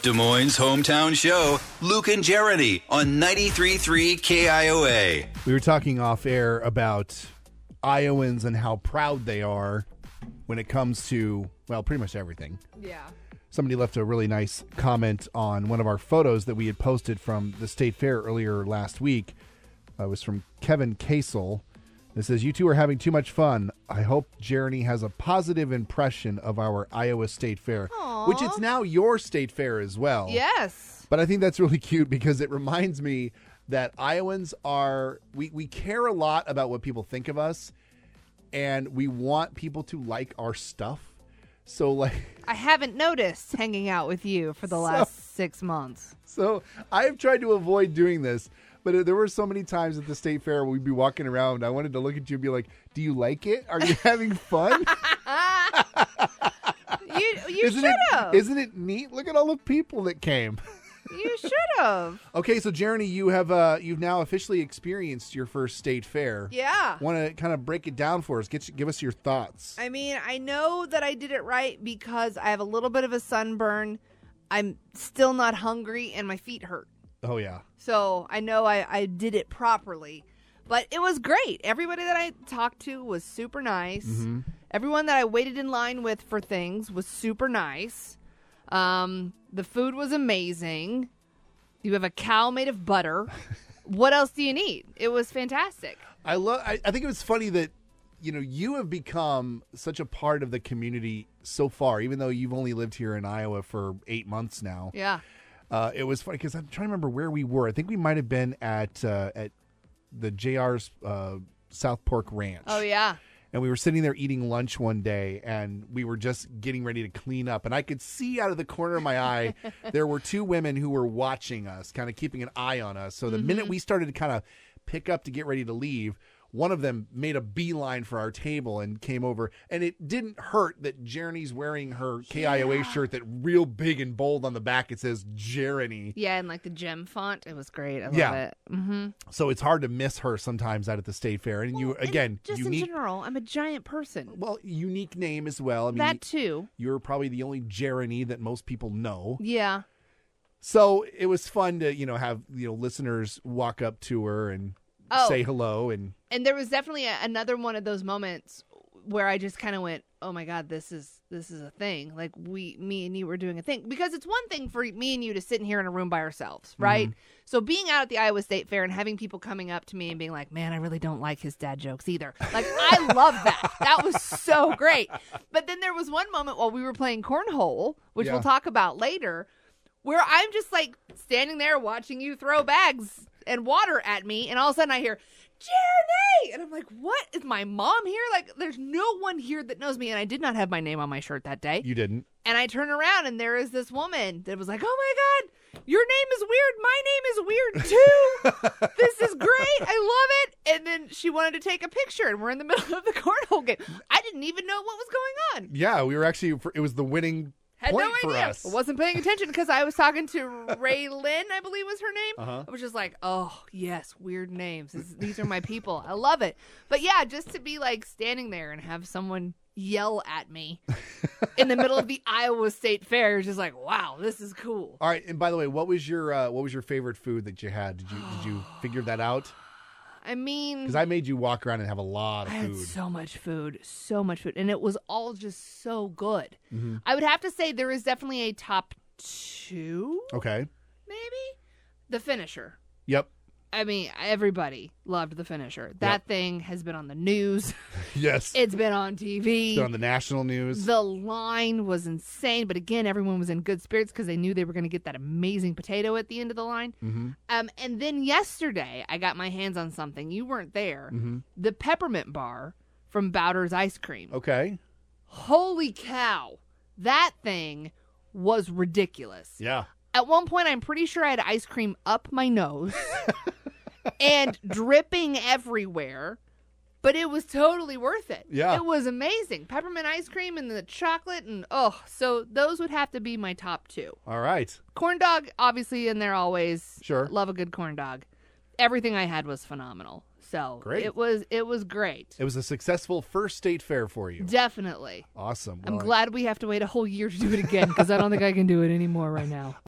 Des Moines' hometown show, Luke and Jeremy on 93.3 KIOA. We were talking off air about Iowans and how proud they are when it comes to, well, pretty much everything. Yeah. Somebody left a really nice comment on one of our photos that we had posted from the state fair earlier last week. Uh, it was from Kevin Casel. It says, You two are having too much fun. I hope Jeremy has a positive impression of our Iowa State Fair, which it's now your state fair as Oh. well. Yes. But I think that's really cute because it reminds me that Iowans are we, we care a lot about what people think of us and we want people to like our stuff. So like I haven't noticed hanging out with you for the last six months. so I've tried to avoid doing this, but there were so many times at the state fair where we'd be walking around. I wanted to look at you and be like, "Do you like it? Are you having fun? You you isn't should have. it isn't it neat? Look at all the people that came." You should have. Okay, so Jeremy, you have uh you've now officially experienced your first state fair. Yeah. Want to kind of break it down for us? Get give us your thoughts. I mean, I know that I did it right because I have a little bit of a sunburn. I'm still not hungry and my feet hurt. oh yeah, So I know I, I did it properly. But it was great. Everybody that I talked to was super nice. Mm-hmm. Everyone that I waited in line with for things was super nice. Um, the food was amazing. You have a cow made of butter. what else do you need? It was fantastic. I love. I, I think it was funny that you know you have become such a part of the community so far, even though you've only lived here in Iowa for eight months now. Yeah. Uh, it was funny because I'm trying to remember where we were. I think we might have been at uh, at the JR's uh, South Pork Ranch. Oh, yeah. and we were sitting there eating lunch one day and we were just getting ready to clean up and i could see out of the corner of my eye there were two women who were watching us kind of keeping an eye on us so the Mm-hmm. minute we started to kind of pick up to get ready to leave one of them made a beeline for our table and came over and it didn't hurt that Jeremy's wearing her KIOA shirt that real big and bold on the back it says Jeremy Yeah, and like the gem font. It was great. I love Yeah. it. Mm-hmm. so it's hard to miss her sometimes out at the state fair and you again just unique in general, I'm a giant person. well unique name as well I mean That too. you're probably the only Jeremy that most people know. Yeah. So it was fun to, you know, have, you know, listeners walk up to her and Oh. say hello and and there was definitely a, another one of those moments where I just kind of went, "Oh my god, this is this is a thing." Like we, me and you were doing a thing because it's one thing for me and you to sit in here in a room by ourselves, right? So being out at the Iowa State Fair and having people coming up to me and being like, "Man, I really don't like his dad jokes either." Like I love that. That was so great. But then there was one moment while we were playing cornhole, which Yeah. we'll talk about later, where I'm just like standing there watching you throw bags and water at me, and all of a sudden I hear, Jeremy! And I'm like, what? Is my mom here? Like, there's no one here that knows me. And I did not have my name on my shirt that day. you didn't. And I turn around, and there is this woman that was like, oh my God, your name is weird. My name is weird too. this is great. I love it. And then she wanted to take a picture, and we're in the middle of the cornhole game. I didn't even know what was going on. Yeah, we were actually it was the winning Had point no for idea. us. I wasn't paying attention because I was talking to Ray Lynn, I believe was her name. Uh-huh. I was just like, oh, yes, weird names. This- these are my people. I love it. But yeah, just to be like standing there and have someone yell at me in the middle of the Iowa State Fair is just like, wow, this is cool. All right, and by the way, what was your uh, what was your favorite food that you had? Did you did you figure that out? I mean, Because I made you walk around and have a lot of I had food. so much food, so much food, and it was all just so good. Mm-hmm. I would have to say there is definitely a top two, Okay. maybe? The finisher. Yep. I mean, everybody loved the finisher. That thing has been on the news. Yes. It's been on TV. Been on the national news. the line was insane, but again, everyone was in good spirits because they knew they were going to get that amazing potato at the end of the line. mm-hmm. Um, and then yesterday, I got my hands on something. You weren't there. Mm-hmm. The peppermint bar from Bowder's Ice Cream. Okay. Holy cow! That thing was ridiculous. Yeah. At one point, I'm pretty sure I had ice cream up my nose and dripping everywhere, but it was totally worth it. Yeah. It was amazing. Peppermint ice cream and the chocolate, and oh, so those would have to be my top two. All right. Corn dog, obviously, in there always. Sure. Love a good corn dog. Everything I had was phenomenal. So Great. it was it was great. It was a successful first state fair for you. Definitely. Awesome. I'm Well, glad we have to wait a whole year to do it again because I don't think I can do it anymore right now.